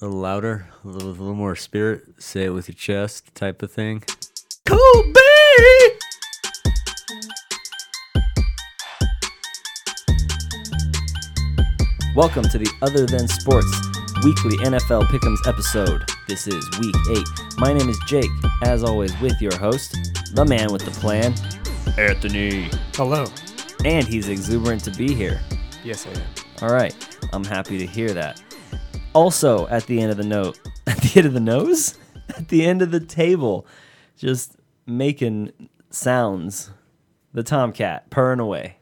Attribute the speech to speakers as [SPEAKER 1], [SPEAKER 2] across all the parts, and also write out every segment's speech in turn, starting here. [SPEAKER 1] a little louder, a little, with a little more spirit. Say it with your chest, type of thing.
[SPEAKER 2] Kobe! Welcome to the Other Than Sports Weekly NFL Pick'ems episode. This is week eight. My name is Jake, as always, with your host, the man with the plan, Anthony.
[SPEAKER 3] Hello.
[SPEAKER 2] And he's exuberant to be here.
[SPEAKER 3] Yes, I am.
[SPEAKER 2] All right, I'm happy to hear that. Also, at the end of the note, at the end of the nose, at the end of the table, just making sounds. The tomcat purring away.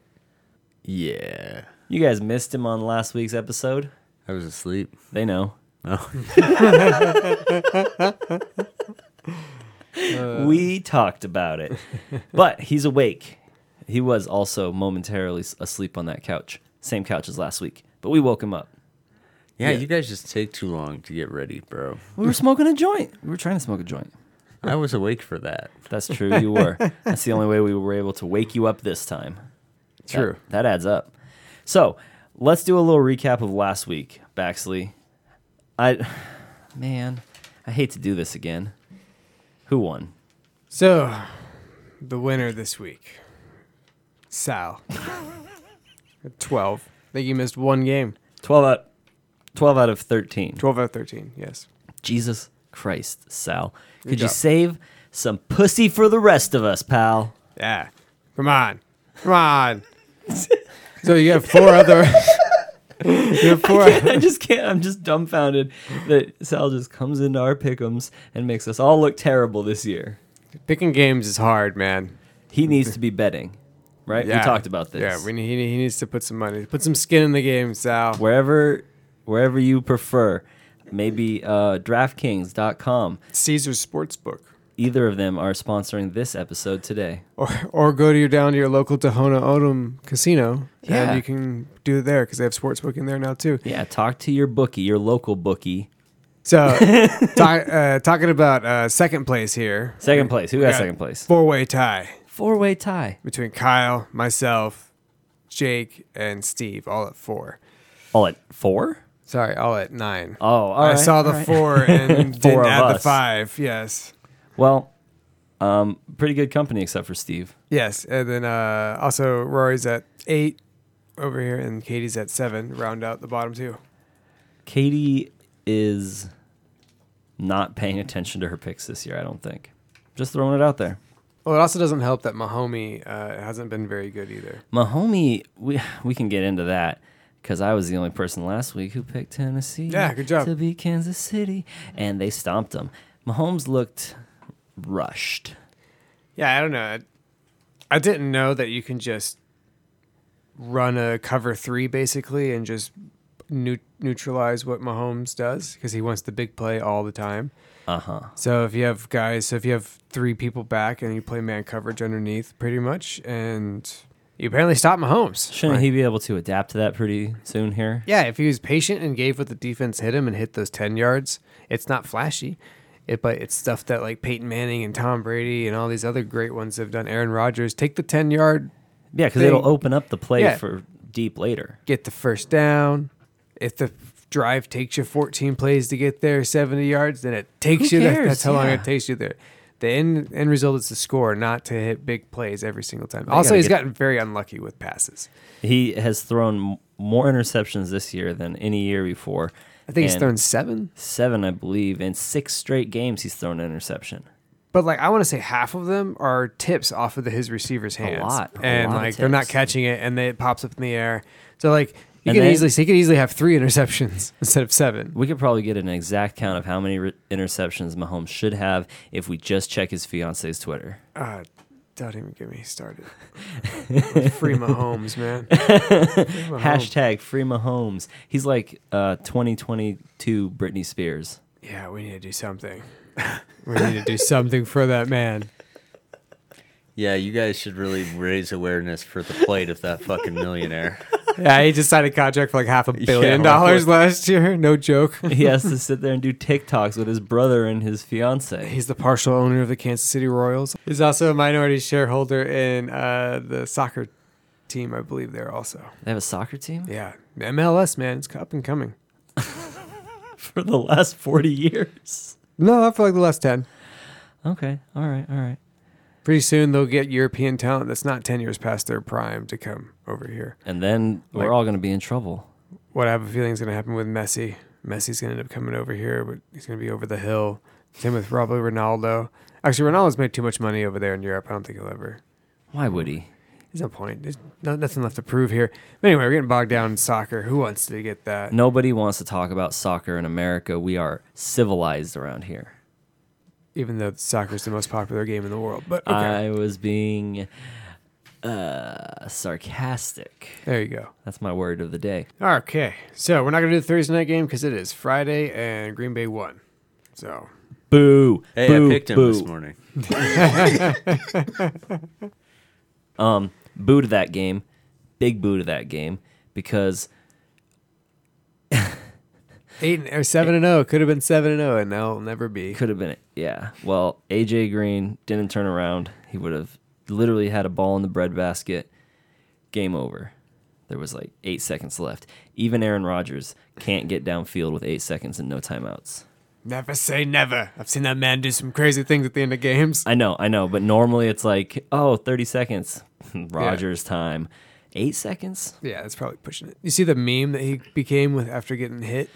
[SPEAKER 1] Yeah.
[SPEAKER 2] You guys missed him on last week's episode.
[SPEAKER 1] I was asleep.
[SPEAKER 2] They know.
[SPEAKER 1] Oh,
[SPEAKER 2] we talked about it, but he's awake. He was also momentarily s- asleep on that couch, same couch as last week. But we woke him up.
[SPEAKER 1] yeah, You guys just take too long to get ready, bro.
[SPEAKER 2] We were smoking a joint. We were trying to smoke a joint.
[SPEAKER 1] I was awake for that.
[SPEAKER 2] That's true. You were. That's the only way we were able to wake you up this time.
[SPEAKER 3] True.
[SPEAKER 2] That, that adds up. So let's do a little recap of last week, Baxley. I, man, I hate to do this again. Who won?
[SPEAKER 3] So, the winner this week, Sal. At 12. I think you missed one game.
[SPEAKER 2] 12 out, 12 out of 13.
[SPEAKER 3] 12 out of 13, yes.
[SPEAKER 2] Jesus Christ, Sal. Could you
[SPEAKER 3] job.
[SPEAKER 2] save some pussy for the rest of us, pal?
[SPEAKER 3] Yeah. Come on. Come on. so, you have four other. you have four.
[SPEAKER 2] I just can't. I'm just dumbfounded that Sal just comes into our pickums and makes us all look terrible this year.
[SPEAKER 3] Picking games is hard, man.
[SPEAKER 2] He needs to be betting, right? We talked about this.
[SPEAKER 3] Yeah, we, need- he, he needs to put some money, put some skin in the game, Sal.
[SPEAKER 2] wherever wherever you prefer. Maybe uh, DraftKings.com.
[SPEAKER 3] Caesar's Sportsbook.
[SPEAKER 2] Either of them are sponsoring this episode today.
[SPEAKER 3] Or, or go to your down to your local Tohono O'odham casino,
[SPEAKER 2] Yeah.
[SPEAKER 3] and you can do it there because they have sportsbook in there now too.
[SPEAKER 2] Yeah, talk to your bookie, your local bookie.
[SPEAKER 3] So, ta- uh, talking about uh, second place here,
[SPEAKER 2] Second place. Who got
[SPEAKER 3] Yeah.
[SPEAKER 2] second place?
[SPEAKER 3] four way tie
[SPEAKER 2] Four way tie.
[SPEAKER 3] between Kyle, myself, Jake, and Steve, all at four.
[SPEAKER 2] All at four?
[SPEAKER 3] Sorry, all at nine.
[SPEAKER 2] Oh, all
[SPEAKER 3] I
[SPEAKER 2] right,
[SPEAKER 3] saw the
[SPEAKER 2] all right.
[SPEAKER 3] four and did
[SPEAKER 2] Four
[SPEAKER 3] didn't
[SPEAKER 2] of
[SPEAKER 3] add the
[SPEAKER 2] us.
[SPEAKER 3] five. Yes,
[SPEAKER 2] Well, um, pretty good company except for Steve.
[SPEAKER 3] yes, and then uh, also Rory's at eight over here, and Katie's at seven. Round out the bottom two.
[SPEAKER 2] Katie is not paying attention to her picks this year, I don't think. Just throwing it out there.
[SPEAKER 3] Well, it also doesn't help that Mahomie uh, hasn't been very good either.
[SPEAKER 2] Mahomie, we we can get into that because I was the only person last week who picked Tennessee.
[SPEAKER 3] Yeah, good job.
[SPEAKER 2] to beat Kansas City, and they stomped them. Mahomes looked rushed.
[SPEAKER 3] Yeah, I don't know. I, I didn't know that you can just run a cover three basically and just neu- neutralize what Mahomes does because he wants the big play all the time.
[SPEAKER 2] Uh huh.
[SPEAKER 3] So if you have guys, so if you have three people back and you play man coverage underneath, pretty much, and you apparently stop Mahomes.
[SPEAKER 2] Shouldn't he be able to adapt to that pretty soon here?
[SPEAKER 3] Yeah, if he was patient and gave what the defense hit him and hit those ten yards, it's not flashy, it but it's stuff that like Peyton Manning and Tom Brady and all these other great ones have done. Aaron Rodgers take the ten yard
[SPEAKER 2] Yeah, because
[SPEAKER 3] They-
[SPEAKER 2] it'll open up the play
[SPEAKER 3] Yeah.
[SPEAKER 2] for deep later.
[SPEAKER 3] get the first down. If the drive takes you 14 plays to get there, 70 yards, then it takes
[SPEAKER 2] Who
[SPEAKER 3] you there.
[SPEAKER 2] cares?
[SPEAKER 3] That's how long
[SPEAKER 2] Yeah.
[SPEAKER 3] it takes you there. The end, end result is to score, not to hit big plays every single time.
[SPEAKER 2] gotta
[SPEAKER 3] Also, he's
[SPEAKER 2] get-
[SPEAKER 3] gotten very unlucky with passes.
[SPEAKER 2] He has thrown m- more interceptions this year than any year before.
[SPEAKER 3] I think he's
[SPEAKER 2] and
[SPEAKER 3] thrown seven,
[SPEAKER 2] seven, I believe, in six straight games. He's thrown an interception.
[SPEAKER 3] but like I want to say half of them are tips off of the, his receiver's hands,
[SPEAKER 2] lot, a
[SPEAKER 3] and
[SPEAKER 2] lot of
[SPEAKER 3] like they're not
[SPEAKER 2] tips.
[SPEAKER 3] catching it, and they, it pops up in the air. So like you
[SPEAKER 2] And
[SPEAKER 3] could
[SPEAKER 2] then-
[SPEAKER 3] easily, he could easily have three interceptions instead of seven.
[SPEAKER 2] We could probably get an exact count of how many re- interceptions Mahomes should have if we just check his fiance's Twitter.
[SPEAKER 3] Uh, don't even get me started. Free Mahomes, man.
[SPEAKER 2] Hashtag free Mahomes. He's like uh, 2022 Britney Spears.
[SPEAKER 3] Yeah, we need to do something. we need to do something for that man.
[SPEAKER 1] Yeah, you guys should really raise awareness for the plate of that fucking millionaire.
[SPEAKER 3] Yeah, he just signed a contract for like half a billion
[SPEAKER 1] like
[SPEAKER 3] dollars last year. No joke.
[SPEAKER 2] He has to sit there and do TikToks with his brother and his fiance.
[SPEAKER 3] He's the partial owner of the Kansas City Royals. He's also a minority shareholder in uh, the soccer team, I believe, there also.
[SPEAKER 2] They have a soccer team?
[SPEAKER 3] Yeah, MLS, man. It's up and coming.
[SPEAKER 2] for the last 40 years.
[SPEAKER 3] No, I feel like the last 10.
[SPEAKER 2] Okay. All right. All right.
[SPEAKER 3] Pretty soon they'll get European talent that's not 10 years past their prime to come over here.
[SPEAKER 2] And then
[SPEAKER 3] Like-
[SPEAKER 2] we're all going to be in trouble.
[SPEAKER 3] What I have a feeling is going to happen with Messi. Messi's going to end up coming over here, but he's going to be over the hill. Same with probably Ronaldo. Actually, Ronaldo's made too much money over there in Europe. I don't think he'll ever.
[SPEAKER 2] Why would he?
[SPEAKER 3] There's no point. There's no, nothing left to prove here. But anyway, we're getting bogged down in soccer. Who wants to get that?
[SPEAKER 2] Nobody wants to talk about soccer in America. We are civilized around here.
[SPEAKER 3] Even though soccer is the most popular game in the world. But okay,
[SPEAKER 2] I was being uh, sarcastic.
[SPEAKER 3] there you go.
[SPEAKER 2] That's my word of the day.
[SPEAKER 3] Okay, so we're not going to do the Thursday night game because it is Friday and Green Bay won. So
[SPEAKER 2] Boo.
[SPEAKER 1] Hey,
[SPEAKER 2] boo,
[SPEAKER 1] I picked him
[SPEAKER 2] boo.
[SPEAKER 1] this morning.
[SPEAKER 2] Um, boo to that game. Big boo to that game because
[SPEAKER 3] eight or seven and zero could have been seven and zero, and that'll never be.
[SPEAKER 2] it could have been it. Yeah. Well, AJ Green didn't turn around. He would have literally had a ball in the breadbasket. Game over. There was like eight seconds left. Even Aaron Rodgers can't get downfield with eight seconds and no timeouts.
[SPEAKER 3] Never say never. I've seen that man do some crazy things at the end of games.
[SPEAKER 2] I know, I know, but normally it's like, oh, 30 seconds. Rodgers time. Eight seconds?
[SPEAKER 3] Yeah, that's probably pushing it. You see the meme that he became with after getting hit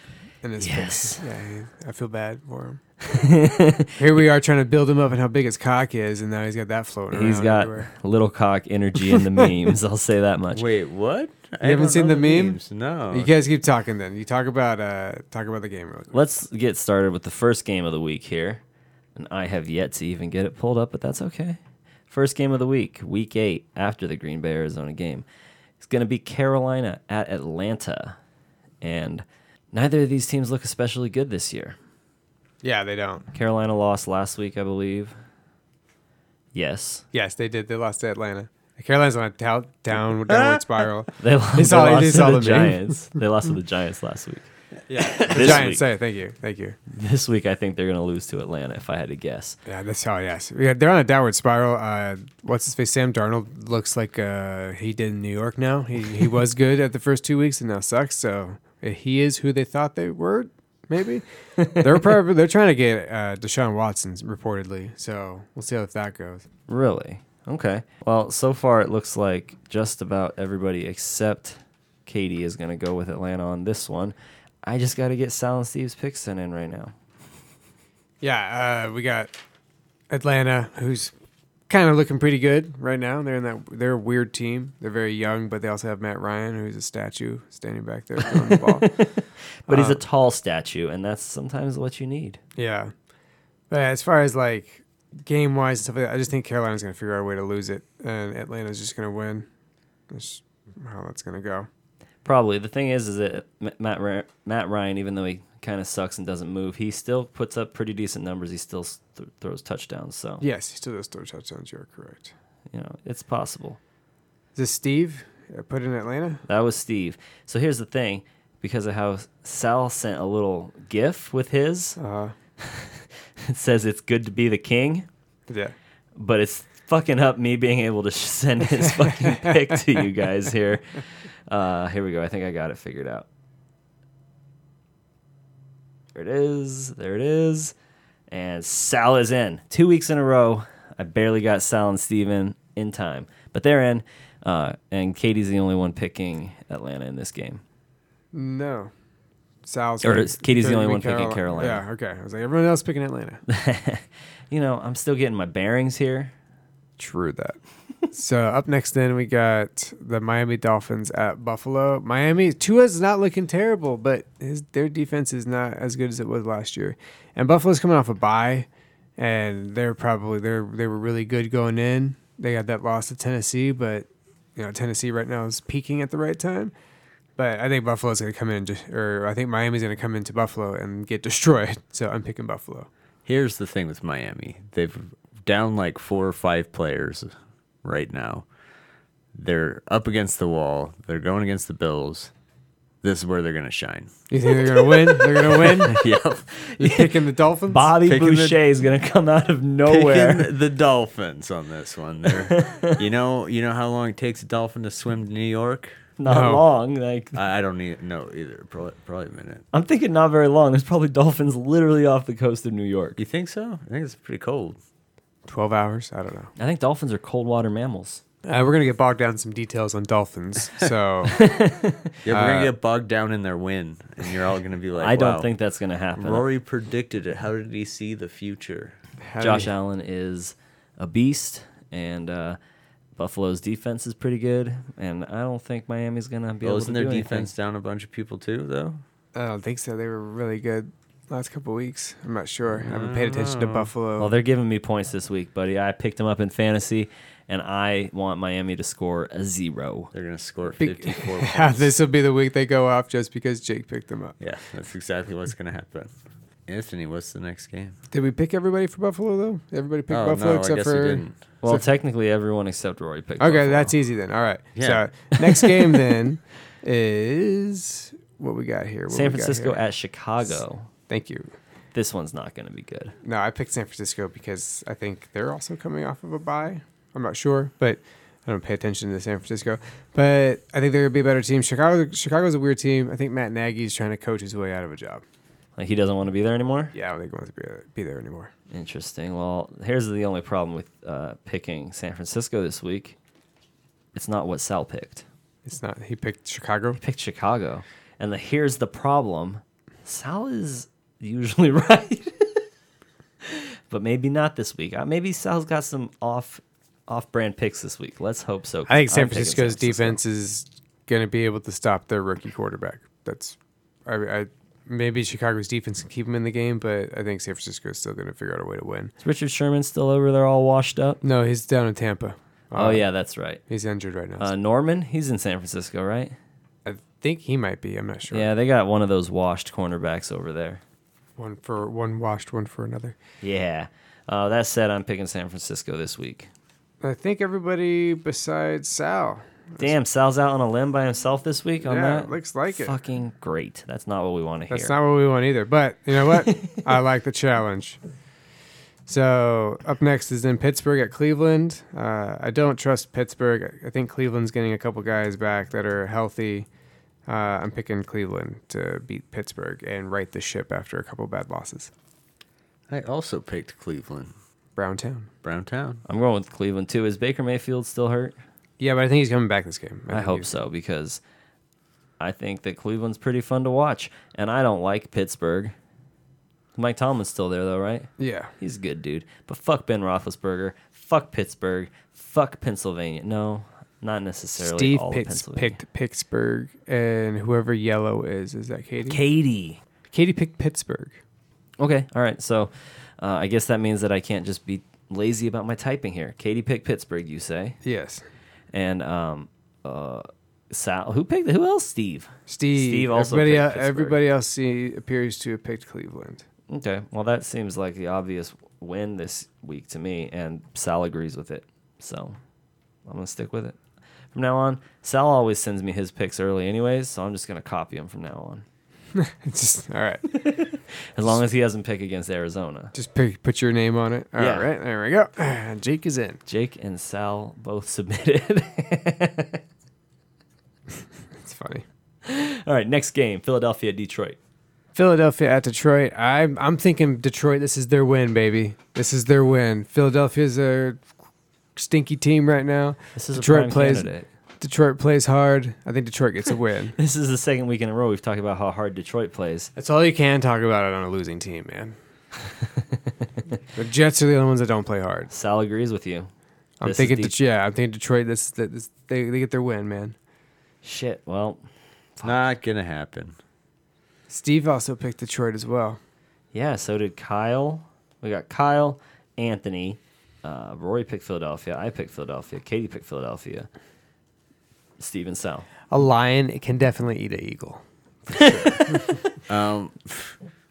[SPEAKER 3] in his
[SPEAKER 2] Yes.
[SPEAKER 3] face. Yeah, he- I feel bad for him. Here we are trying to build him up and how big his cock is, and now he's got that floating around.
[SPEAKER 2] He's got
[SPEAKER 3] everywhere.
[SPEAKER 2] little cock energy in the memes. I'll say that much.
[SPEAKER 1] Wait, what? You
[SPEAKER 3] haven't seen the meme?
[SPEAKER 1] No.
[SPEAKER 2] Oh.
[SPEAKER 3] You guys keep talking then. You talk about uh talk about the game really quick.
[SPEAKER 2] Let's get started with the first game of the week here. And I have yet to even get it pulled up, but that's okay. First game of the week, week eight, after the Green Bay Arizona game. It's going to be Carolina at Atlanta. And neither of these teams look especially good this year.
[SPEAKER 3] Yeah, they don't.
[SPEAKER 2] Carolina lost last week, I believe. Yes.
[SPEAKER 3] Yes, they did. They lost to Atlanta. Carolina's on a down, down downward spiral.
[SPEAKER 2] They lost,
[SPEAKER 3] It's
[SPEAKER 2] they
[SPEAKER 3] all- it
[SPEAKER 2] lost
[SPEAKER 3] is
[SPEAKER 2] to
[SPEAKER 3] all
[SPEAKER 2] the
[SPEAKER 3] a meme.
[SPEAKER 2] Giants. they lost to the Giants last week.
[SPEAKER 3] Yeah, the
[SPEAKER 2] This
[SPEAKER 3] Giants.
[SPEAKER 2] week.
[SPEAKER 3] Say thank you, thank you.
[SPEAKER 2] This week, I think they're going to lose to Atlanta, if I had to guess.
[SPEAKER 3] Yeah, that's how. Yes, yeah, they're on a downward spiral. Uh, what's his face? Sam Darnold looks like uh, he did in New York. Now he he was good at the first two weeks and now sucks. So if he is who they thought they were. Maybe they're probably they're trying to get uh, Deshaun Watson reportedly. So we'll see how that goes.
[SPEAKER 2] Really? Okay. Well, so far, it looks like just about everybody except Katie is going to go with Atlanta on this one. I just got to get Sal and Steve's picks sent in right now.
[SPEAKER 3] Yeah, uh, we got Atlanta, who's kind of looking pretty good right now. They're in that they're a weird team. They're very young, but they also have Matt Ryan, who's a statue standing back there throwing the ball.
[SPEAKER 2] But he's a tall statue, and that's sometimes what you need.
[SPEAKER 3] Yeah, but as far as like game wise and stuff like that, I just think Carolina's going to figure out a way to lose it, and Atlanta's just going to win. That's how that's going to go.
[SPEAKER 2] Probably. The thing is, is that M- Matt Ra- Matt Ryan, even though he kind of sucks and doesn't move, he still puts up pretty decent numbers. He still s- th- throws touchdowns. So
[SPEAKER 3] Yes, he still does throw touchdowns. You're correct.
[SPEAKER 2] you know it's possible.
[SPEAKER 3] Is this Steve uh, put in Atlanta?
[SPEAKER 2] That was Steve. So here's the thing, because of how Sal sent a little GIF with his,
[SPEAKER 3] Uh,
[SPEAKER 2] it says it's good to be the king,
[SPEAKER 3] yeah.
[SPEAKER 2] but it's fucking up me being able to sh- send his fucking pick to you guys here. Uh, here we go. I think I got it figured out. There it is. There it is. And Sal is in. Two weeks in a row. I barely got Sal and Steven in time, but they're in. Uh, and Katie's the only one picking Atlanta in this game.
[SPEAKER 3] No. Sal's
[SPEAKER 2] Or
[SPEAKER 3] pick-
[SPEAKER 2] is- Katie's the
[SPEAKER 3] gonna
[SPEAKER 2] only
[SPEAKER 3] be
[SPEAKER 2] one picking Carolina.
[SPEAKER 3] Yeah, okay. I was like, everyone else picking Atlanta.
[SPEAKER 2] you know, I'm still getting my bearings here.
[SPEAKER 3] True that. so up next, then we got the Miami Dolphins at Buffalo. Miami Tua's not looking terrible, but his, their defense is not as good as it was last year. And Buffalo's coming off a bye, and they're probably they're they were really good going in. They got that loss to Tennessee, but you know Tennessee right now is peaking at the right time. But I think Buffalo's going to come in, and just, or I think Miami's going to come into Buffalo and get destroyed. So I'm picking Buffalo.
[SPEAKER 1] Here's the thing with Miami. They've down like four or five players right now. They're up against the wall. They're going against the Bills. This is where they're going to shine.
[SPEAKER 3] You think they're going to win? They're going to win.
[SPEAKER 1] yep.
[SPEAKER 3] You picking the Dolphins?
[SPEAKER 2] Bobby
[SPEAKER 1] Picking the-
[SPEAKER 2] Boucher is going to come out of nowhere.
[SPEAKER 1] Picking the Dolphins on this one. They're, you know, you know how long it takes a dolphin to swim to New York?
[SPEAKER 2] not
[SPEAKER 3] No.
[SPEAKER 2] long. Like
[SPEAKER 1] I I don't need no either. Probably, probably a minute.
[SPEAKER 2] I'm thinking not very long. There's probably dolphins literally off the coast of New York.
[SPEAKER 1] You think so? I think it's pretty cold.
[SPEAKER 3] 12 hours? I don't know.
[SPEAKER 2] I think dolphins are cold water mammals.
[SPEAKER 3] Uh, we're going to get bogged down in some details on dolphins. So
[SPEAKER 1] Yeah, we're gonna
[SPEAKER 3] Uh,
[SPEAKER 1] get bogged down in their win, and you're all gonna be like,
[SPEAKER 2] I don't
[SPEAKER 1] "Wow,
[SPEAKER 2] think that's gonna happen.
[SPEAKER 1] Rory predicted it. How did he see the future?
[SPEAKER 3] how do
[SPEAKER 2] Josh
[SPEAKER 3] you-
[SPEAKER 2] Allen is a beast, and uh, Buffalo's defense is pretty good. And I don't think Miami's gonna be
[SPEAKER 1] Well,
[SPEAKER 2] able to
[SPEAKER 1] Oh, isn't their
[SPEAKER 2] do anything.
[SPEAKER 1] defense down a bunch of people too, though?
[SPEAKER 3] I don't think so. They were really good last couple weeks. I'm not sure. I haven't paid attention to Buffalo.
[SPEAKER 2] Well, they're giving me points this week, buddy. I picked them up in fantasy, and I want Miami to score a zero.
[SPEAKER 1] They're gonna score
[SPEAKER 3] Big-
[SPEAKER 1] 54
[SPEAKER 3] Yeah,
[SPEAKER 1] points.
[SPEAKER 3] Ah, this will be the week they go off just because Jake picked them up.
[SPEAKER 1] yeah, that's exactly what's gonna happen. Anthony, what's the next game?
[SPEAKER 3] Did we pick everybody for Buffalo though? Everybody picked
[SPEAKER 1] oh
[SPEAKER 3] Buffalo
[SPEAKER 1] no,
[SPEAKER 3] except
[SPEAKER 1] I guess
[SPEAKER 3] for.
[SPEAKER 1] we didn't.
[SPEAKER 2] Well,
[SPEAKER 3] So-
[SPEAKER 2] technically, everyone except Rory picked.
[SPEAKER 3] Okay,
[SPEAKER 2] Buffalo.
[SPEAKER 3] that's easy then. All right.
[SPEAKER 1] Yeah.
[SPEAKER 3] So next game then is what we got here. What
[SPEAKER 2] San
[SPEAKER 3] we got
[SPEAKER 2] Francisco
[SPEAKER 3] here?
[SPEAKER 2] at Chicago.
[SPEAKER 3] Thank you.
[SPEAKER 2] This one's not going to be good.
[SPEAKER 3] No, I picked San Francisco because I think they're also coming off of a bye. I'm not sure, but I don't pay attention to San Francisco. But I think they're gonna be a better team. Chicago, Chicago's a weird team. I think Matt Nagy's trying to coach his way out of a job.
[SPEAKER 2] Like he doesn't want to be there anymore.
[SPEAKER 3] Yeah, I don't think he wants to be, uh, be there anymore.
[SPEAKER 2] Interesting. Well, here's the only problem with uh, picking San Francisco this week. It's not what Sal picked.
[SPEAKER 3] It's not. He picked Chicago.
[SPEAKER 2] He picked Chicago, and the, here's the problem: Sal is usually right, but maybe not this week. Uh, Maybe Sal's got some off off-brand picks this week. Let's hope so.
[SPEAKER 3] I think San
[SPEAKER 2] I'm picking
[SPEAKER 3] Francisco's
[SPEAKER 2] San Francisco.
[SPEAKER 3] defense is going to be able to stop their rookie quarterback. That's, I, I maybe Chicago's defense can keep him in the game, but I think San Francisco is still going to figure out a way to win.
[SPEAKER 2] Is Richard Sherman still over there, all washed up?
[SPEAKER 3] No, he's down in Tampa.
[SPEAKER 2] oh
[SPEAKER 3] Uh,
[SPEAKER 2] yeah, that's right.
[SPEAKER 3] he's injured right now.
[SPEAKER 2] Uh, Norman, he's in San Francisco, right?
[SPEAKER 3] I think he might be. I'm not sure.
[SPEAKER 2] Yeah, they got one of those washed cornerbacks over there.
[SPEAKER 3] one for one washed, one for another.
[SPEAKER 2] Yeah. Uh, that said, I'm picking San Francisco this week.
[SPEAKER 3] I think everybody besides Sal.
[SPEAKER 2] Damn, Sal's out on a limb by himself this week on
[SPEAKER 3] Yeah,
[SPEAKER 2] that.
[SPEAKER 3] looks like it.
[SPEAKER 2] Fucking great. That's not what we want to hear.
[SPEAKER 3] That's not what we want either. But you know what? I like the challenge. So up next is in Pittsburgh at Cleveland. Uh, I don't trust Pittsburgh. I- I think Cleveland's getting a couple guys back that are healthy. Uh, I'm picking Cleveland to beat Pittsburgh and right the ship after a couple bad losses.
[SPEAKER 1] I also picked Cleveland,
[SPEAKER 3] Brown Town.
[SPEAKER 1] Brown Town.
[SPEAKER 2] I'm going with Cleveland too. Is Baker Mayfield still hurt?
[SPEAKER 3] Yeah, but I think he's coming back this game.
[SPEAKER 2] I
[SPEAKER 3] think
[SPEAKER 2] hope
[SPEAKER 3] he's-
[SPEAKER 2] so because I think that Cleveland's pretty fun to watch, and I don't like Pittsburgh. Mike Tomlin's still there though, right?
[SPEAKER 3] Yeah.
[SPEAKER 2] He's a good dude. But fuck Ben Roethlisberger. Fuck Pittsburgh. Fuck Pennsylvania. No, not necessarily.
[SPEAKER 3] Steve
[SPEAKER 2] all of
[SPEAKER 3] Pitts
[SPEAKER 2] Pennsylvania.
[SPEAKER 3] picked Pittsburgh, and whoever yellow is, is that Katie?
[SPEAKER 2] Katie.
[SPEAKER 3] Katie picked Pittsburgh.
[SPEAKER 2] Okay, all right. So uh, I guess that means that I can't just be lazy about my typing here. Katie picked Pittsburgh, you say,
[SPEAKER 3] Yes.
[SPEAKER 2] and um, uh, Sal. Who picked? Who else? Steve.
[SPEAKER 3] Steve.
[SPEAKER 2] Steve also
[SPEAKER 3] everybody,
[SPEAKER 2] picked
[SPEAKER 3] el-
[SPEAKER 2] Pittsburgh.
[SPEAKER 3] everybody else see, appears to have picked Cleveland.
[SPEAKER 2] Okay. Well, that seems like the obvious win this week to me, and Sal agrees with it. So I'm gonna stick with it. From now on, Sal always sends me his picks early, anyways. So I'm just gonna copy him from now on,
[SPEAKER 3] It's just all right.
[SPEAKER 2] as long as he doesn't pick against Arizona.
[SPEAKER 3] Just pick, put your name on it. All right,
[SPEAKER 2] Yeah.
[SPEAKER 3] there we go. Jake is in.
[SPEAKER 2] Jake and Sal both submitted.
[SPEAKER 3] It's funny.
[SPEAKER 2] All right, next game: Philadelphia, Detroit.
[SPEAKER 3] Philadelphia at Detroit. I'm I'm thinking Detroit. This is their win, baby. This is their win. Philadelphia's a stinky team right now.
[SPEAKER 2] This is
[SPEAKER 3] Detroit
[SPEAKER 2] a prime
[SPEAKER 3] plays-
[SPEAKER 2] candidate.
[SPEAKER 3] Detroit plays hard. I think Detroit gets a win.
[SPEAKER 2] This is the second week in a row we've talked about how hard Detroit plays.
[SPEAKER 3] That's all you can talk about it on a losing team, man. the Jets are the only ones that don't play hard.
[SPEAKER 2] Sal agrees with you.
[SPEAKER 3] I'm
[SPEAKER 2] This is
[SPEAKER 3] thinking,
[SPEAKER 2] the-
[SPEAKER 3] Det- yeah, I'm thinking Detroit. This, this they they get their win, man.
[SPEAKER 2] Shit. Well,
[SPEAKER 1] Not gonna happen.
[SPEAKER 3] Steve also picked Detroit as well.
[SPEAKER 2] Yeah, so did Kyle. We got Kyle, Anthony, uh, Rory picked Philadelphia. I picked Philadelphia. Katie picked Philadelphia. Steven Sal.
[SPEAKER 3] A lion it can definitely eat an eagle.
[SPEAKER 1] Um,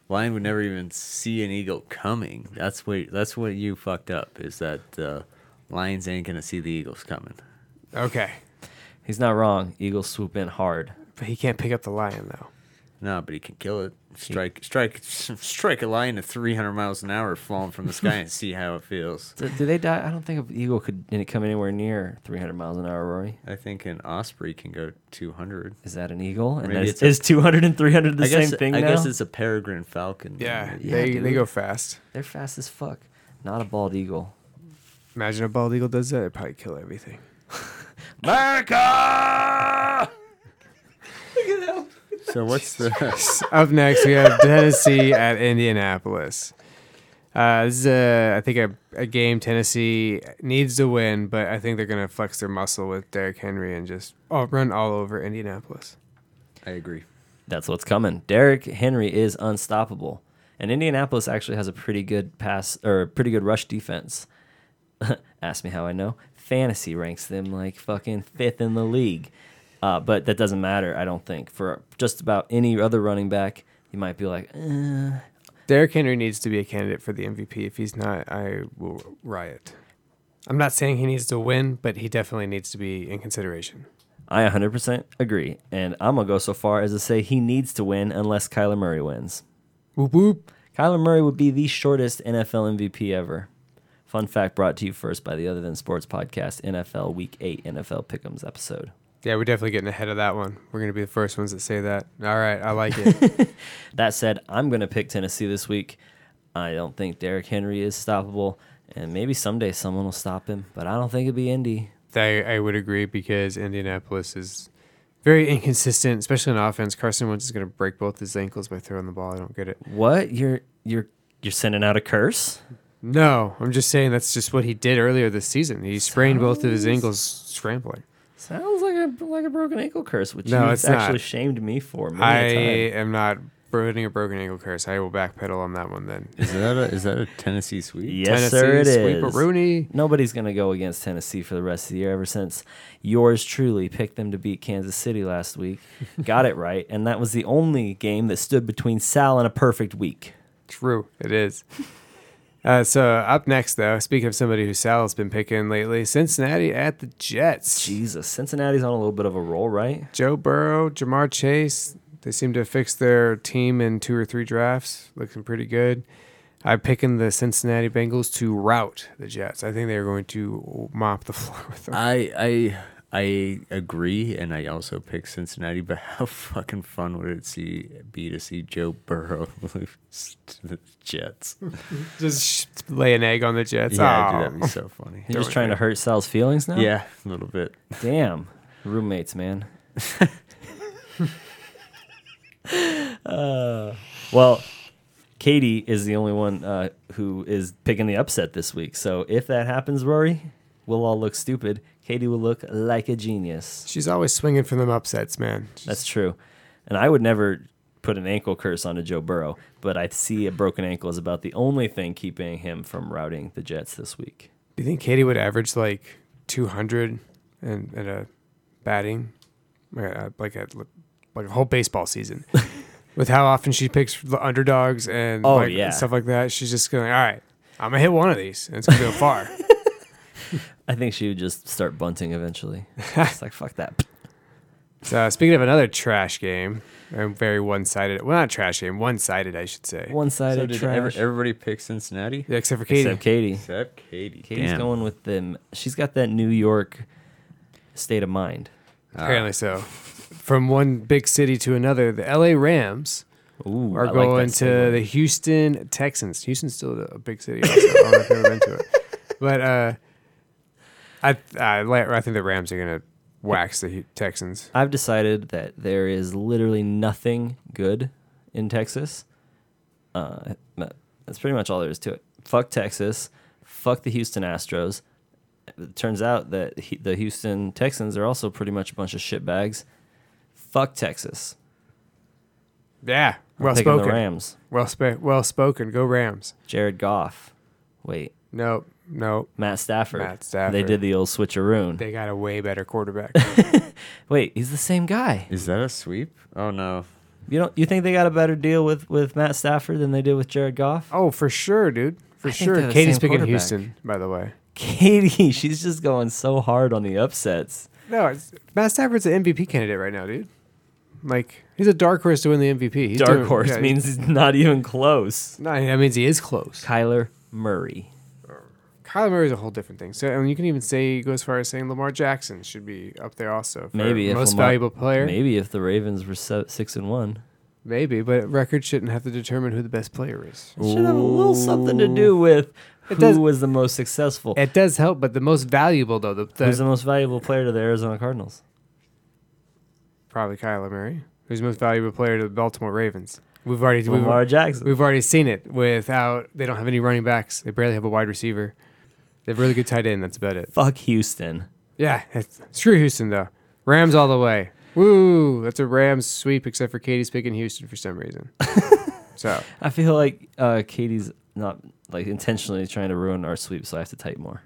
[SPEAKER 1] Lion would never even see an eagle coming. That's what that's what you fucked up. Is that uh, lions ain't gonna see the eagles coming?
[SPEAKER 3] Okay,
[SPEAKER 2] He's not wrong. Eagles swoop in hard.
[SPEAKER 3] but he can't pick up the lion though.
[SPEAKER 1] No, but he can kill it. Strike, strike, strike a line at 300 miles an hour, falling from the sky, and see how it feels.
[SPEAKER 2] Do, do they die? I don't think an eagle could didn't come anywhere near 300 miles an hour, Rory.
[SPEAKER 1] I think an osprey can go 200.
[SPEAKER 2] Is that an eagle? And
[SPEAKER 1] Maybe
[SPEAKER 2] is,
[SPEAKER 1] it's a-
[SPEAKER 2] is 200 and 300 the
[SPEAKER 1] I guess,
[SPEAKER 2] same thing
[SPEAKER 1] I
[SPEAKER 2] now?
[SPEAKER 1] guess it's a peregrine falcon.
[SPEAKER 3] Yeah,
[SPEAKER 2] Yeah,
[SPEAKER 3] they they
[SPEAKER 2] dude.
[SPEAKER 3] go fast.
[SPEAKER 2] They're fast as fuck. Not a bald eagle.
[SPEAKER 3] Imagine a bald eagle does that; it'd probably kill everything.
[SPEAKER 2] America!
[SPEAKER 1] So what's the?
[SPEAKER 3] Up next, we have Tennessee at Indianapolis. Uh, this is, a, I think, a, a game Tennessee needs to win, but I think they're going to flex their muscle with Derrick Henry and just all, run all over Indianapolis.
[SPEAKER 1] I agree.
[SPEAKER 2] That's what's coming. Derrick Henry is unstoppable. And Indianapolis actually has a pretty good pass or pretty good rush defense. Ask me how I know. Fantasy ranks them like fucking fifth in the league. Uh, but that doesn't matter, I don't think. For just about any other running back, you might be like, eh.
[SPEAKER 3] Derrick Henry needs to be a candidate for the MVP. If he's not, I will riot. I'm not saying he needs to win, but he definitely needs to be in consideration.
[SPEAKER 2] I 100% agree. And I'm going to go so far as to say he needs to win unless Kyler Murray wins.
[SPEAKER 3] Whoop whoop.
[SPEAKER 2] Kyler Murray would be the shortest NFL MVP ever. Fun fact brought to you first by the Other Than Sports podcast, NFL Week 8 NFL Pick'ems episode.
[SPEAKER 3] Yeah, we're definitely getting ahead of that one. We're going to be the first ones that say that. All right, I like it.
[SPEAKER 2] That said, I'm going to pick Tennessee this week. I don't think Derrick Henry is stoppable, and maybe someday someone will stop him, but I don't think it'd be Indy.
[SPEAKER 3] I, I would agree because Indianapolis is very inconsistent, especially on offense. Carson Wentz is going to break both his ankles by throwing the ball. I don't get it.
[SPEAKER 2] What? You're you're you're sending out a curse?
[SPEAKER 3] No, I'm just saying that's just what he did earlier this season. He sprained both of his ankles scrambling.
[SPEAKER 2] Sounds like a like a broken ankle curse, which
[SPEAKER 3] No,
[SPEAKER 2] you've
[SPEAKER 3] it's not.
[SPEAKER 2] actually shamed me for
[SPEAKER 3] I
[SPEAKER 2] many a time.
[SPEAKER 3] am not putting a broken ankle curse. I will backpedal on that one then.
[SPEAKER 1] Is that a, is that a Tennessee sweep?
[SPEAKER 2] Yes, sir, it is.
[SPEAKER 3] Rooney.
[SPEAKER 2] Nobody's going to go against Tennessee for the rest of the year ever since yours truly picked them to beat Kansas City last week. Got it right. And that was the only game that stood between Sal and a perfect week.
[SPEAKER 3] True, it is. Uh, so up next, though, speaking of somebody who Sal's been picking lately, Cincinnati at the Jets.
[SPEAKER 2] Jesus. Cincinnati's on a little bit of a roll, right?
[SPEAKER 3] Joe Burrow, Jamar Chase, they seem to fix their team in two or three drafts, looking pretty good. I'm picking the Cincinnati Bengals to rout the Jets. I think they're going to mop the floor with
[SPEAKER 1] Uh,
[SPEAKER 3] them.
[SPEAKER 1] I I I agree, and I also pick Cincinnati. But how fucking fun would it see, be to see Joe Burrow lose to the Jets?
[SPEAKER 3] Just sh- lay an egg on the Jets.
[SPEAKER 1] Yeah,
[SPEAKER 3] Aw.
[SPEAKER 1] dude, that'd be so funny.
[SPEAKER 2] You're just
[SPEAKER 3] Don't
[SPEAKER 2] trying to hurt Sal's feelings now?
[SPEAKER 1] Yeah, a little bit.
[SPEAKER 2] Damn. Roommates, man. Uh, well, Katie is the only one uh, who is picking the upset this week. So if that happens, Rory, we'll all look stupid. Katie will look like a genius.
[SPEAKER 3] She's always swinging for them upsets, man. She's-
[SPEAKER 2] That's true. And I would never put an ankle curse onto Joe Burrow, but I see a broken ankle is about the only thing keeping him from routing the Jets this week.
[SPEAKER 3] Do you think Katie would average like 200 and at a batting, like a, like a like a whole baseball season? With how often she picks the underdogs and
[SPEAKER 2] Oh,
[SPEAKER 3] like,
[SPEAKER 2] yeah.
[SPEAKER 3] stuff like that, she's just going, all right, I'm going to hit one of these and it's going to go far.
[SPEAKER 2] I think she would just start bunting eventually. It's like, fuck that.
[SPEAKER 3] so, speaking of another trash game, a very one sided, well, not trash game, one sided, I should say.
[SPEAKER 2] One
[SPEAKER 1] So
[SPEAKER 2] sided
[SPEAKER 1] did
[SPEAKER 2] trash.
[SPEAKER 1] ever, everybody pick Cincinnati?
[SPEAKER 3] Yeah, except for Katie.
[SPEAKER 2] Except Katie.
[SPEAKER 1] Except Katie.
[SPEAKER 2] Katie's
[SPEAKER 1] Damn.
[SPEAKER 2] going with them. She's got that New York state of mind. Ah.
[SPEAKER 3] Apparently so. From one big city to another, the LA Rams
[SPEAKER 2] Ooh,
[SPEAKER 3] are going to the Houston Texans. Houston's still a big city. Also. I don't know if you've ever been to it, but uh, I I, like- I think the Rams are gonna wax the Hu- Texans.
[SPEAKER 2] I've decided that there is literally nothing good in Texas. Uh, that- that's pretty much all there is to it. Fuck Texas. Fuck the Houston Astros. It turns out that he, the Houston Texans are also pretty much a bunch of shitbags. Fuck Texas.
[SPEAKER 3] Yeah, well
[SPEAKER 2] Picking the
[SPEAKER 3] spoken.
[SPEAKER 2] Rams.
[SPEAKER 3] Well sp- well spoken. Go Rams.
[SPEAKER 2] Jared Goff. Wait,
[SPEAKER 3] Nope, nope.
[SPEAKER 2] Matt Stafford.
[SPEAKER 3] Matt Stafford.
[SPEAKER 2] They did the old switcheroon.
[SPEAKER 3] They got a way better quarterback.
[SPEAKER 2] Wait, he's the same guy.
[SPEAKER 1] Is that a sweep? Oh no.
[SPEAKER 2] You don't you think they got a better deal with with Matt Stafford than they did with Jared Goff?
[SPEAKER 3] oh, for sure, dude. For
[SPEAKER 2] I think
[SPEAKER 3] sure.
[SPEAKER 2] they're the
[SPEAKER 3] Katie's
[SPEAKER 2] same
[SPEAKER 3] picking
[SPEAKER 2] quarterback.
[SPEAKER 3] Houston, by the way.
[SPEAKER 2] Katie, she's just going so hard on the upsets.
[SPEAKER 3] No, it's, Matt Stafford's an MVP candidate right now, dude. Like he's a dark horse to win the MVP. He's
[SPEAKER 2] Dark
[SPEAKER 3] doing-
[SPEAKER 2] horse
[SPEAKER 3] yeah,
[SPEAKER 2] means it's not even close.
[SPEAKER 3] no, that means he is close.
[SPEAKER 2] Kyler Murray.
[SPEAKER 3] Kyler Murray's a whole different thing. So and you can even say go as far as saying Lamar Jackson should be up there also. For
[SPEAKER 2] Maybe if
[SPEAKER 3] most
[SPEAKER 2] Lamar-
[SPEAKER 3] valuable player. Maybe.
[SPEAKER 2] Maybe if the Ravens were so, six and one,
[SPEAKER 3] but record shouldn't have to determine who the best player is.
[SPEAKER 2] it should have a little something to do with who
[SPEAKER 3] It does-
[SPEAKER 2] was the most successful.
[SPEAKER 3] It does help, but the most valuable though, the, the,
[SPEAKER 2] Who's the most valuable player to the Arizona Cardinals?
[SPEAKER 3] probably Kyler Murray, who's the most valuable player to the Baltimore Ravens. We've already we've,
[SPEAKER 2] Lamar Jackson.
[SPEAKER 3] we've already seen it without they don't have any running backs. They barely have a wide receiver. They have really good tight end. That's about it.
[SPEAKER 2] Fuck Houston.
[SPEAKER 3] Yeah, it's, screw Houston though. Rams all the way. Woo! That's a Rams sweep, except for Katie's picking Houston for some reason. so
[SPEAKER 2] I feel like uh, Katie's not like intentionally trying to ruin our sweep, so I have to type more.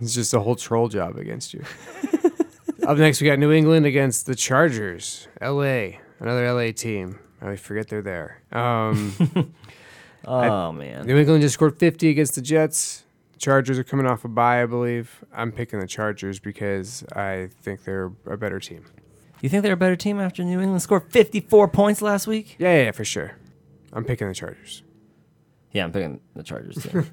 [SPEAKER 3] it's just a whole troll job against you. Up next, we got New England against the Chargers. L.A. Another L.A. team. I forget they're there. Um,
[SPEAKER 2] Oh man,
[SPEAKER 3] New England just scored 50 against the Jets. Chargers are coming off a bye, I believe. I'm picking the Chargers because I think they're a better team.
[SPEAKER 2] you think they're a better team after New England scored 54 points last week?
[SPEAKER 3] Yeah, yeah, yeah, for sure. I'm picking the Chargers.
[SPEAKER 2] Yeah, I'm picking the Chargers team.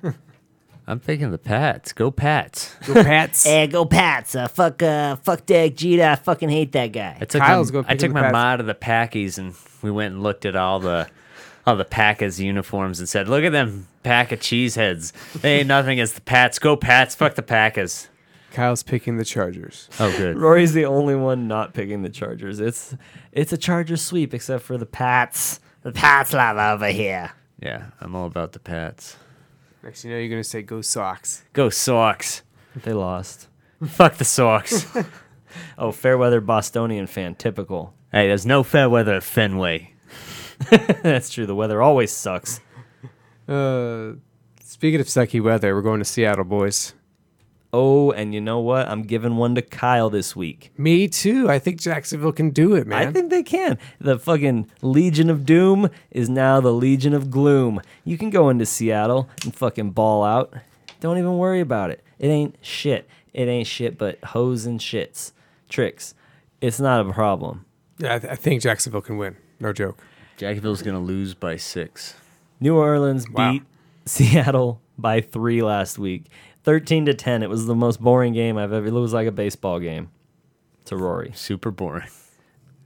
[SPEAKER 1] I'm picking the Pats. Go Pats.
[SPEAKER 3] Go Pats.
[SPEAKER 4] Eh, go Pats. Uh, fuck, uh, fuck Dag Jeter. I fucking hate that guy.
[SPEAKER 1] I took
[SPEAKER 3] Kyle's
[SPEAKER 1] my,
[SPEAKER 3] gonna
[SPEAKER 1] I
[SPEAKER 3] pick
[SPEAKER 1] took
[SPEAKER 3] on the
[SPEAKER 1] my
[SPEAKER 3] Pats.
[SPEAKER 1] ma to the Packies and we went and looked at all the all the Packers uniforms and said, "Look at them pack of cheeseheads. They ain't nothing against the Pats. Go Pats. Fuck the Packers."
[SPEAKER 3] Kyle's picking the Chargers.
[SPEAKER 1] Oh, good.
[SPEAKER 2] Rory's the only one not picking the Chargers. It's it's a Chargers sweep except for the Pats.
[SPEAKER 4] The Pats love over here.
[SPEAKER 1] Yeah, I'm all about the Pats.
[SPEAKER 3] Next, thing you know, you're gonna say go Sox.
[SPEAKER 1] Go Sox.
[SPEAKER 2] They lost.
[SPEAKER 1] Fuck the Sox.
[SPEAKER 2] Oh, fairweather Bostonian fan, typical.
[SPEAKER 1] hey, there's no fair weather at Fenway.
[SPEAKER 2] That's true. The weather always sucks.
[SPEAKER 3] Uh, speaking of sucky weather, we're going to Seattle, boys.
[SPEAKER 2] Oh, and you know what? I'm giving one to Kyle this week.
[SPEAKER 3] Me too. I think Jacksonville can do it, man.
[SPEAKER 2] I think they can. The fucking Legion of Doom is now the Legion of Gloom. You can go into Seattle and fucking ball out. Don't even worry about it. It ain't shit. It ain't shit but hoes and shits, tricks. It's not a problem.
[SPEAKER 3] Yeah, I, th- I think Jacksonville can win. No joke.
[SPEAKER 1] Jacksonville's gonna lose by six.
[SPEAKER 2] New Orleans
[SPEAKER 3] Wow.
[SPEAKER 2] beat Seattle by three last week, thirteen to ten. It was the most boring game I've ever. It was like a baseball game. To Rory,
[SPEAKER 1] Super boring.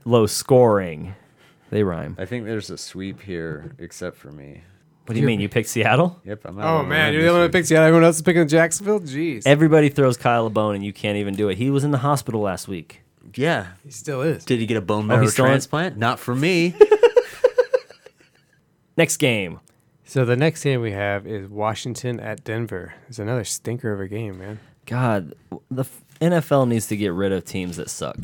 [SPEAKER 2] low scoring. They rhyme.
[SPEAKER 1] I think there's a sweep here, except for me.
[SPEAKER 2] What do you mean? You picked Seattle?
[SPEAKER 1] Yep, I'm.
[SPEAKER 3] Oh man, you're the only one that picks Seattle. Everyone else is picking Jacksonville. Jeez,
[SPEAKER 2] Everybody throws Kyle a bone, and you can't even do it. He was in the hospital last week.
[SPEAKER 1] Yeah.
[SPEAKER 3] he still is.
[SPEAKER 1] Did he get a bone marrow
[SPEAKER 2] he's still in-
[SPEAKER 1] transplant? Not for me.
[SPEAKER 2] Next game,
[SPEAKER 3] So the next game we have is Washington at Denver. It's another stinker of a game, man.
[SPEAKER 2] God, the f- NFL needs to get rid of teams that suck.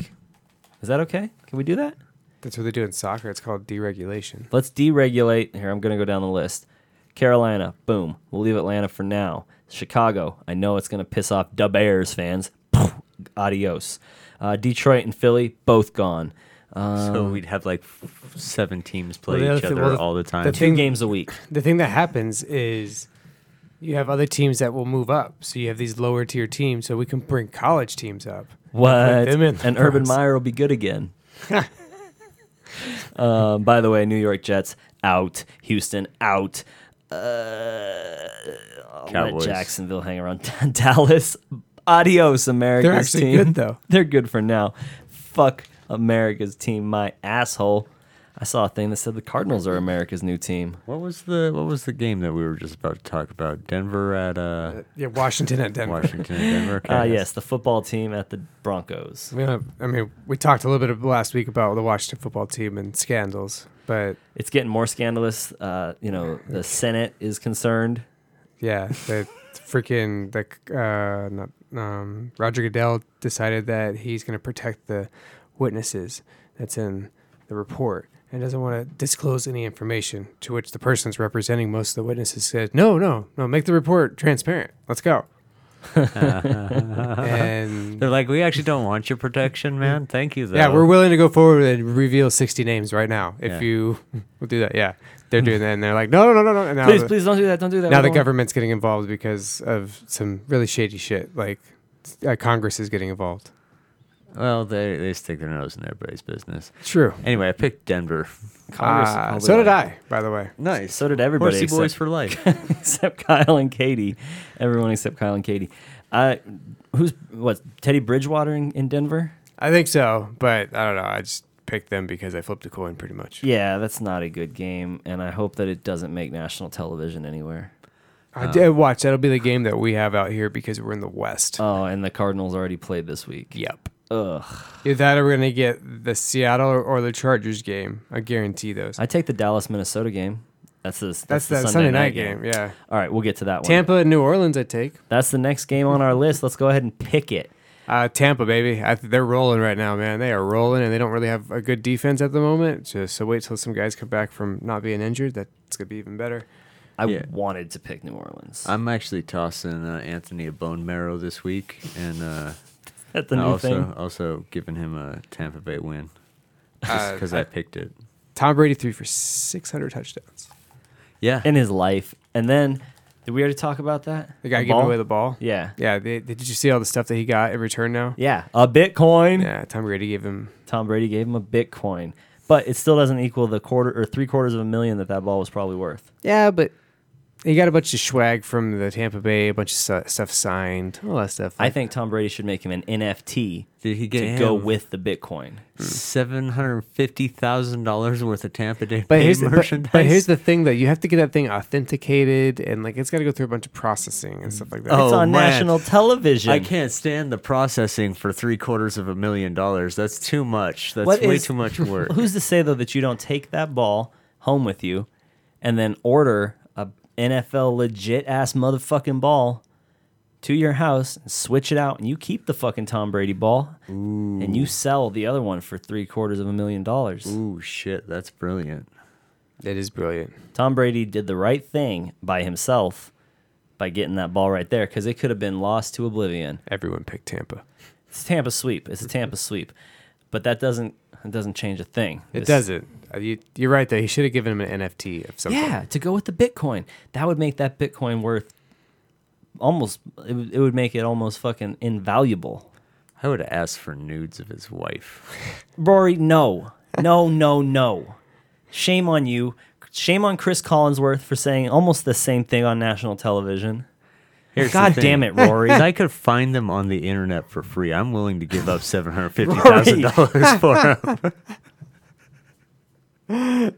[SPEAKER 2] Is that okay? Can we do that?
[SPEAKER 3] That's what they do in soccer. It's called deregulation.
[SPEAKER 2] Let's deregulate. Here, I'm going to go down the list. Carolina, boom. We'll leave Atlanta for now. Chicago, I know it's going to piss off the Bears fans. Adios. Uh, Detroit and Philly, both gone. Uh,
[SPEAKER 1] so we'd have like f- seven teams
[SPEAKER 3] Well,
[SPEAKER 1] play
[SPEAKER 3] the
[SPEAKER 1] each other
[SPEAKER 3] other thing- well,
[SPEAKER 1] all the
[SPEAKER 3] the
[SPEAKER 1] time.
[SPEAKER 2] two
[SPEAKER 3] thing-
[SPEAKER 2] games a week.
[SPEAKER 3] The thing that happens is you have other teams that will move up. So you have these lower tier teams. So we can bring college teams up.
[SPEAKER 2] What?
[SPEAKER 3] them in the
[SPEAKER 2] And Urban
[SPEAKER 3] playoffs.
[SPEAKER 2] Meyer will be good again. um, by the way, New York Jets out. Houston out. Uh, I'll let
[SPEAKER 1] Cowboys.
[SPEAKER 2] Jacksonville hang around. Dallas, adios, America's
[SPEAKER 3] actually
[SPEAKER 2] team.
[SPEAKER 3] good, though.
[SPEAKER 2] They're good for now. Fuck America's team, my asshole. I saw a thing that said the Cardinals are America's new team.
[SPEAKER 1] What was the what was the game that we were just about to talk about? Denver at uh,
[SPEAKER 3] Yeah, Washington at Denver.
[SPEAKER 1] Washington. Denver. Okay,
[SPEAKER 2] Ah, yes, the football team at the Broncos.
[SPEAKER 3] We don't- I mean, we talked a little bit of last week about the Washington football team and scandals, but
[SPEAKER 2] It's getting more scandalous. Uh, you know, the Senate is concerned.
[SPEAKER 3] yeah, the freaking the uh, not, um, Roger Goodell decided that he's going to protect the witnesses that's in the report and doesn't want to disclose any information. To which the person's representing most of the witnesses said, "No, no, no, make the report transparent. Let's go." and
[SPEAKER 1] They're like, we actually don't want your protection, man. Thank you. Though.
[SPEAKER 3] Yeah, we're willing to go forward and reveal 60 names right now if
[SPEAKER 1] uh, Yeah.
[SPEAKER 3] you will do that. Yeah, they're doing that, and they're like, no, no, no, no, no. And now
[SPEAKER 2] please,
[SPEAKER 3] the,
[SPEAKER 2] please don't do that. Don't do that.
[SPEAKER 3] Now
[SPEAKER 2] We
[SPEAKER 3] the
[SPEAKER 2] don't want-
[SPEAKER 3] government's getting involved because of some really shady shit. Like uh, Congress is getting involved.
[SPEAKER 1] Well, they they stick their nose in everybody's business.
[SPEAKER 3] True.
[SPEAKER 1] Anyway, I picked Denver.
[SPEAKER 2] Congress
[SPEAKER 3] Ah,
[SPEAKER 2] all the
[SPEAKER 3] so did
[SPEAKER 2] way.
[SPEAKER 3] I, by the way.
[SPEAKER 1] Nice.
[SPEAKER 2] So did everybody
[SPEAKER 1] Horsey boys
[SPEAKER 2] except-
[SPEAKER 1] for life.
[SPEAKER 2] except Kyle and Katie. Everyone except Kyle and Katie. I who's what? Teddy Bridgewater in, in Denver?
[SPEAKER 3] I think so, but I don't know. I just picked them because I flipped a coin pretty much.
[SPEAKER 2] Yeah, that's not a good game, and I hope that it doesn't make national television anywhere.
[SPEAKER 3] I did watch. That'll be the game that we have out here because we're in the West.
[SPEAKER 2] Oh, and the Cardinals already played this week.
[SPEAKER 3] yep.
[SPEAKER 2] Ugh.
[SPEAKER 3] Either that or we're gonna get the Seattle or, or the Chargers game. I guarantee those.
[SPEAKER 2] I take the Dallas Minnesota game. That's the that's,
[SPEAKER 3] that's
[SPEAKER 2] the
[SPEAKER 3] that Sunday, night game. Yeah.
[SPEAKER 2] All right, we'll get to that one.
[SPEAKER 3] Tampa and New Orleans. I take.
[SPEAKER 2] That's the next game on our list. Let's go ahead and pick it.
[SPEAKER 3] Uh, Tampa, baby. I, th- they're rolling right now, man. They are rolling, and they don't really have a good defense at the moment. Just, so wait till some guys come back from not being injured. That's gonna be even better.
[SPEAKER 2] I
[SPEAKER 1] Yeah.
[SPEAKER 2] wanted to pick New Orleans.
[SPEAKER 1] I'm actually tossing uh, Anthony a bone marrow this week, and uh,
[SPEAKER 2] That's the new
[SPEAKER 1] also
[SPEAKER 2] thing.
[SPEAKER 1] also giving him a Tampa Bay win
[SPEAKER 3] Uh,
[SPEAKER 1] because I picked it.
[SPEAKER 3] Tom Brady threw for 600 touchdowns.
[SPEAKER 1] Yeah,
[SPEAKER 2] in his life. And then, did we already talk about that?
[SPEAKER 3] The guy giving
[SPEAKER 2] ball?
[SPEAKER 3] away the ball.
[SPEAKER 2] Yeah.
[SPEAKER 3] Yeah. They, they- did you see all the stuff that he got in return now?
[SPEAKER 2] Yeah, a Bitcoin.
[SPEAKER 3] Yeah. Tom Brady gave him.
[SPEAKER 2] Tom Brady gave him a Bitcoin, but it still doesn't equal the quarter or three quarters of a million that that ball was probably worth.
[SPEAKER 3] Yeah, but he got a bunch of swag from the Tampa Bay, a bunch of stu- stuff signed, all that stuff.
[SPEAKER 2] I think Tom Brady should make him an NFT
[SPEAKER 1] did he get
[SPEAKER 2] to
[SPEAKER 1] him
[SPEAKER 2] go with the Bitcoin.
[SPEAKER 3] Hmm.
[SPEAKER 1] seven hundred fifty thousand dollars worth of Tampa Bay
[SPEAKER 3] But here's, the,
[SPEAKER 1] merchandise?
[SPEAKER 3] but, but here's the thing though, you have to get that thing authenticated and like it's got to go through a bunch of processing and stuff like that.
[SPEAKER 1] Oh,
[SPEAKER 2] it's on
[SPEAKER 1] man.
[SPEAKER 2] national television.
[SPEAKER 1] I can't stand the processing for three quarters of a million dollars. That's too much. That's
[SPEAKER 2] What
[SPEAKER 1] way
[SPEAKER 2] is-
[SPEAKER 1] too much work.
[SPEAKER 2] Who's to say though that you don't take that ball home with you, and then order a NFL legit ass motherfucking ball to your house, and switch it out, and you keep the fucking Tom Brady ball, and you sell the other one for three quarters of a million dollars.
[SPEAKER 1] Ooh, shit, that's brilliant.
[SPEAKER 3] It is brilliant.
[SPEAKER 2] Tom Brady did the right thing by himself by getting that ball right there because it could have been lost to oblivion.
[SPEAKER 3] Everyone picked Tampa.
[SPEAKER 2] It's a Tampa sweep. It's a Tampa sweep, but that doesn't it doesn't change a thing.
[SPEAKER 3] It
[SPEAKER 2] This-
[SPEAKER 3] doesn't. Uh, You, you're right though. He should have given him an NFT of something.
[SPEAKER 2] Yeah, to go with the Bitcoin, that would make that Bitcoin worth almost. It, would- it would make it almost fucking invaluable.
[SPEAKER 1] I would have asked for nudes of his wife.
[SPEAKER 2] Rory, no, no, no, no. Shame on you. Shame on Chris Collinsworth for saying almost the same thing on national television.
[SPEAKER 1] Here's the
[SPEAKER 2] God
[SPEAKER 1] thing.
[SPEAKER 2] damn it, Rory.
[SPEAKER 1] If I could find them on the internet for free, I'm willing to give up seven hundred fifty thousand dollars for them.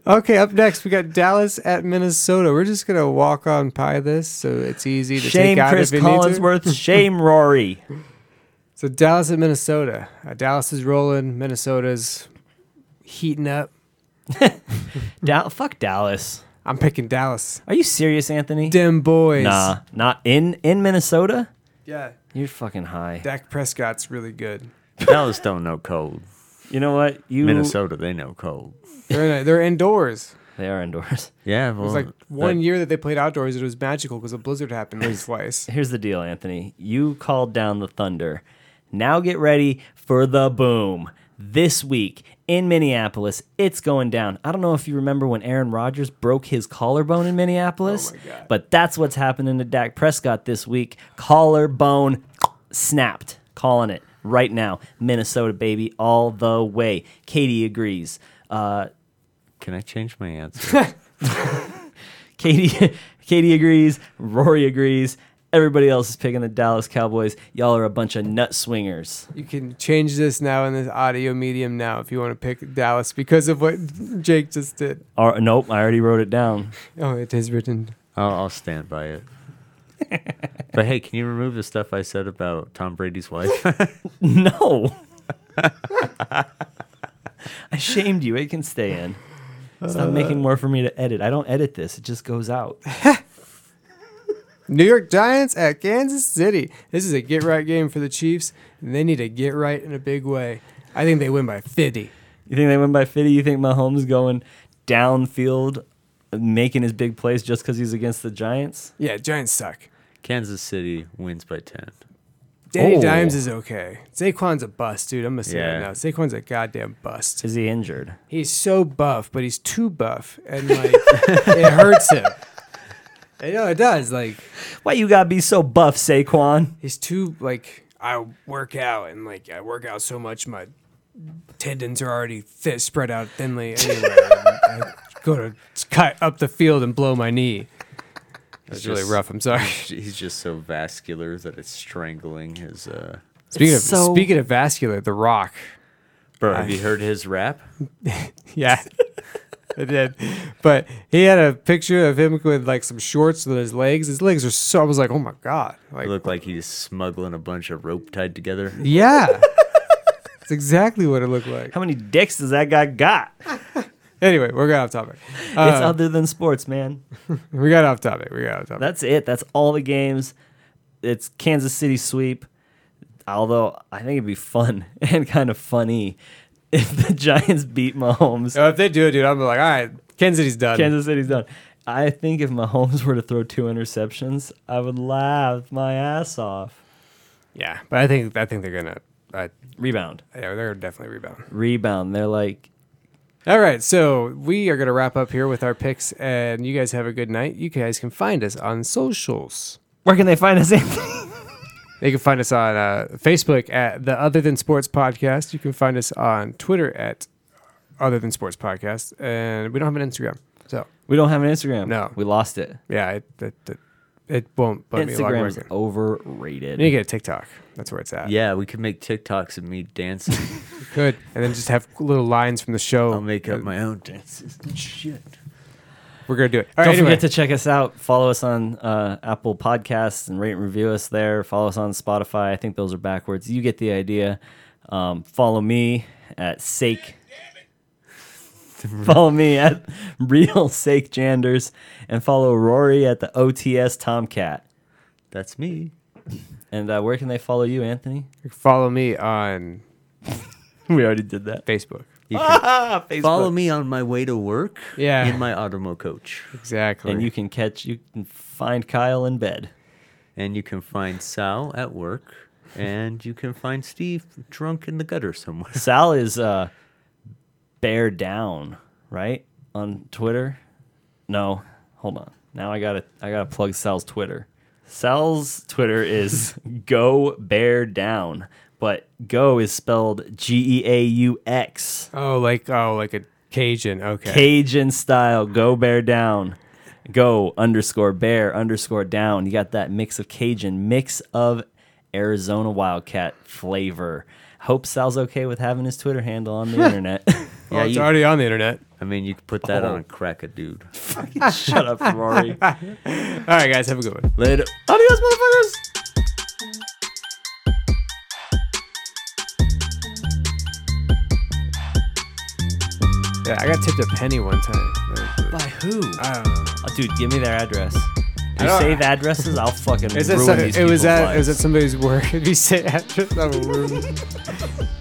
[SPEAKER 3] Okay. Up next, we got Dallas at Minnesota. We're just gonna walk on by this, so it's easy to
[SPEAKER 2] Shame
[SPEAKER 3] take out
[SPEAKER 2] Chris
[SPEAKER 3] if you need to.
[SPEAKER 2] Collinsworth. Shame Rory.
[SPEAKER 3] So Dallas at Minnesota. Uh, Dallas is rolling. Minnesota's heating up.
[SPEAKER 2] Dal- fuck Dallas.
[SPEAKER 3] I'm picking Dallas.
[SPEAKER 2] Are you serious, Anthony?
[SPEAKER 3] Dem boys.
[SPEAKER 2] Nah, not in in Minnesota.
[SPEAKER 3] Yeah.
[SPEAKER 2] You're fucking high.
[SPEAKER 3] Dak Prescott's really good.
[SPEAKER 1] Dallas don't know cold.
[SPEAKER 2] You know what? You
[SPEAKER 1] Minnesota, they know cold.
[SPEAKER 3] They're, in a- they're indoors.
[SPEAKER 2] They are indoors.
[SPEAKER 1] Yeah, well,
[SPEAKER 3] It was like one year that they played outdoors. It was magical because a blizzard happened like twice.
[SPEAKER 2] Here's the deal, Anthony. You called down the thunder. Now get ready for the boom. This week in Minneapolis, it's going down. I don't know if you remember when Aaron Rodgers broke his collarbone in Minneapolis, but that's what's happening to Dak Prescott this week. Collarbone snapped. Calling it right now. Minnesota, baby, all the way. Katie agrees. Uh,
[SPEAKER 1] Can I change my answer?
[SPEAKER 2] Katie Katie agrees, Rory agrees, everybody else is picking the Dallas Cowboys. Y'all are a bunch of nut swingers.
[SPEAKER 3] You can change this now in this audio medium now if you want to pick Dallas because of what Jake just did.
[SPEAKER 2] Or nope, I already wrote it down.
[SPEAKER 3] Oh, it is written.
[SPEAKER 1] I'll, I'll stand by it. but hey, can you remove the stuff I said about Tom Brady's wife?
[SPEAKER 2] No. I shamed you. It can stay in. Stop making more for me to edit. I don't edit this. It just goes out.
[SPEAKER 3] New York Giants at Kansas City. This is a get right game for the Chiefs, and they need to get right in a big way. I think they win by 50.
[SPEAKER 2] You think they win by 50? You think Mahomes going downfield making his big plays just cuz he's against the Giants?
[SPEAKER 3] Yeah, Giants suck.
[SPEAKER 1] Kansas City wins by ten.
[SPEAKER 3] Danny
[SPEAKER 2] Oh.
[SPEAKER 3] Dimes is okay. Saquon's a bust, dude. I'm gonna say
[SPEAKER 1] Yeah.
[SPEAKER 3] that now. Saquon's a goddamn bust.
[SPEAKER 2] Is he injured?
[SPEAKER 3] He's so buff, but he's too buff, and like it hurts him. I know it does. Like
[SPEAKER 2] Why you got to be so buff, Saquon?
[SPEAKER 3] he's too like I work out and like I work out so much my tendons are already th- spread out thinly anyway. And I go to cut up the field and blow my knee. That's really
[SPEAKER 1] just-
[SPEAKER 3] rough. I'm sorry.
[SPEAKER 1] He's just so vascular that it's strangling his. Uh...
[SPEAKER 3] Speaking of
[SPEAKER 2] so-
[SPEAKER 3] speaking of vascular, The Rock.
[SPEAKER 1] Bro, have you heard his rap?
[SPEAKER 3] Yeah. I did. But he had a picture of him with like some shorts with his legs. His legs are so I was like, oh my god. Like
[SPEAKER 1] It looked like he's smuggling a bunch of rope tied together.
[SPEAKER 3] Yeah. That's exactly what it looked like.
[SPEAKER 2] How many dicks does that guy got?
[SPEAKER 3] Anyway, we're got off topic.
[SPEAKER 2] it's
[SPEAKER 3] Uh,
[SPEAKER 2] other than sports, man.
[SPEAKER 3] we got off topic. We got off topic.
[SPEAKER 2] That's it. That's all the games. It's Kansas City sweep. Although I think it'd be fun and kind of funny if the Giants beat Mahomes.
[SPEAKER 3] Oh, if they do it, dude, I'm like, all right, Kansas City's done.
[SPEAKER 2] Kansas City's done. I think if Mahomes were to throw two interceptions, I would laugh my ass off.
[SPEAKER 3] Yeah, but I think I think they're gonna. Uh,
[SPEAKER 2] Rebound.
[SPEAKER 3] yeah, they're gonna definitely rebound.
[SPEAKER 2] Rebound. They're like,
[SPEAKER 3] All right, so we are gonna wrap up here with our picks, and you guys have a good night. You guys can find us on socials.
[SPEAKER 2] where can they find us? Anthony?
[SPEAKER 3] They can find us on uh, Facebook at the Other Than Sports Podcast. You can find us on Twitter at Other Than Sports Podcast, and we don't have an Instagram, so
[SPEAKER 2] we don't have an Instagram.
[SPEAKER 3] No.
[SPEAKER 2] We lost it.
[SPEAKER 3] yeah, it it, it, it won't. But
[SPEAKER 2] Instagram is
[SPEAKER 3] me
[SPEAKER 2] overrated.
[SPEAKER 3] you need to get a TikTok. That's where it's at.
[SPEAKER 1] Yeah, we could make TikToks of me dancing.
[SPEAKER 3] Good. And then just have little lines from the show.
[SPEAKER 2] Oh,
[SPEAKER 1] I'll make up my own dances and shit.
[SPEAKER 3] We're gonna do it. All
[SPEAKER 2] Don't
[SPEAKER 3] right, anyway.
[SPEAKER 2] forget to check us out. Follow us on uh, Apple Podcasts and rate and review us there. Follow us on Spotify. I think those are backwards. You get the idea. Um, follow me at Sake. follow me at Real Sake Janders and follow Rory at the OTS Tomcat.
[SPEAKER 1] That's me.
[SPEAKER 2] And uh, where can they follow you, Anthony?
[SPEAKER 3] Follow me on
[SPEAKER 2] We already did that.
[SPEAKER 3] Facebook.
[SPEAKER 1] You can follow me on my way to work
[SPEAKER 3] Yeah.
[SPEAKER 1] in my automo coach.
[SPEAKER 3] Exactly.
[SPEAKER 2] And you can catch, you can find Kyle in bed.
[SPEAKER 1] And you can find Sal at work. And you can find Steve drunk in the gutter somewhere.
[SPEAKER 2] Sal is uh, bear down, right? On Twitter? No, hold on. Now I gotta I gotta plug Sal's Twitter. Sal's Twitter is go bear down, but go is spelled G E A U X.
[SPEAKER 3] oh, like oh, like a Cajun. Okay.
[SPEAKER 2] Cajun style, go bear down. Go underscore bear underscore down. You got that mix of Cajun, mix of Arizona Wildcat flavor. Hope Sal's okay with having his Twitter handle on the internet.
[SPEAKER 3] oh,
[SPEAKER 1] Yeah,
[SPEAKER 3] it's
[SPEAKER 1] you-
[SPEAKER 3] already on the internet.
[SPEAKER 1] I mean, you could put that
[SPEAKER 2] Oh.
[SPEAKER 1] on crack a dude.
[SPEAKER 2] Shut up, Rory.
[SPEAKER 3] All right, guys, have a good one.
[SPEAKER 1] Later.
[SPEAKER 2] Adios, motherfuckers.
[SPEAKER 3] Yeah, I got tipped a penny one time.
[SPEAKER 2] By who?
[SPEAKER 3] I don't know.
[SPEAKER 2] Oh, dude, give me their address. You
[SPEAKER 3] don't-
[SPEAKER 2] save addresses, I'll fucking
[SPEAKER 3] Is it,
[SPEAKER 2] ruin
[SPEAKER 3] some,
[SPEAKER 2] these
[SPEAKER 3] it was
[SPEAKER 2] people's
[SPEAKER 3] at it was at
[SPEAKER 2] lives.
[SPEAKER 3] somebody's work. If you say address, I will ruin-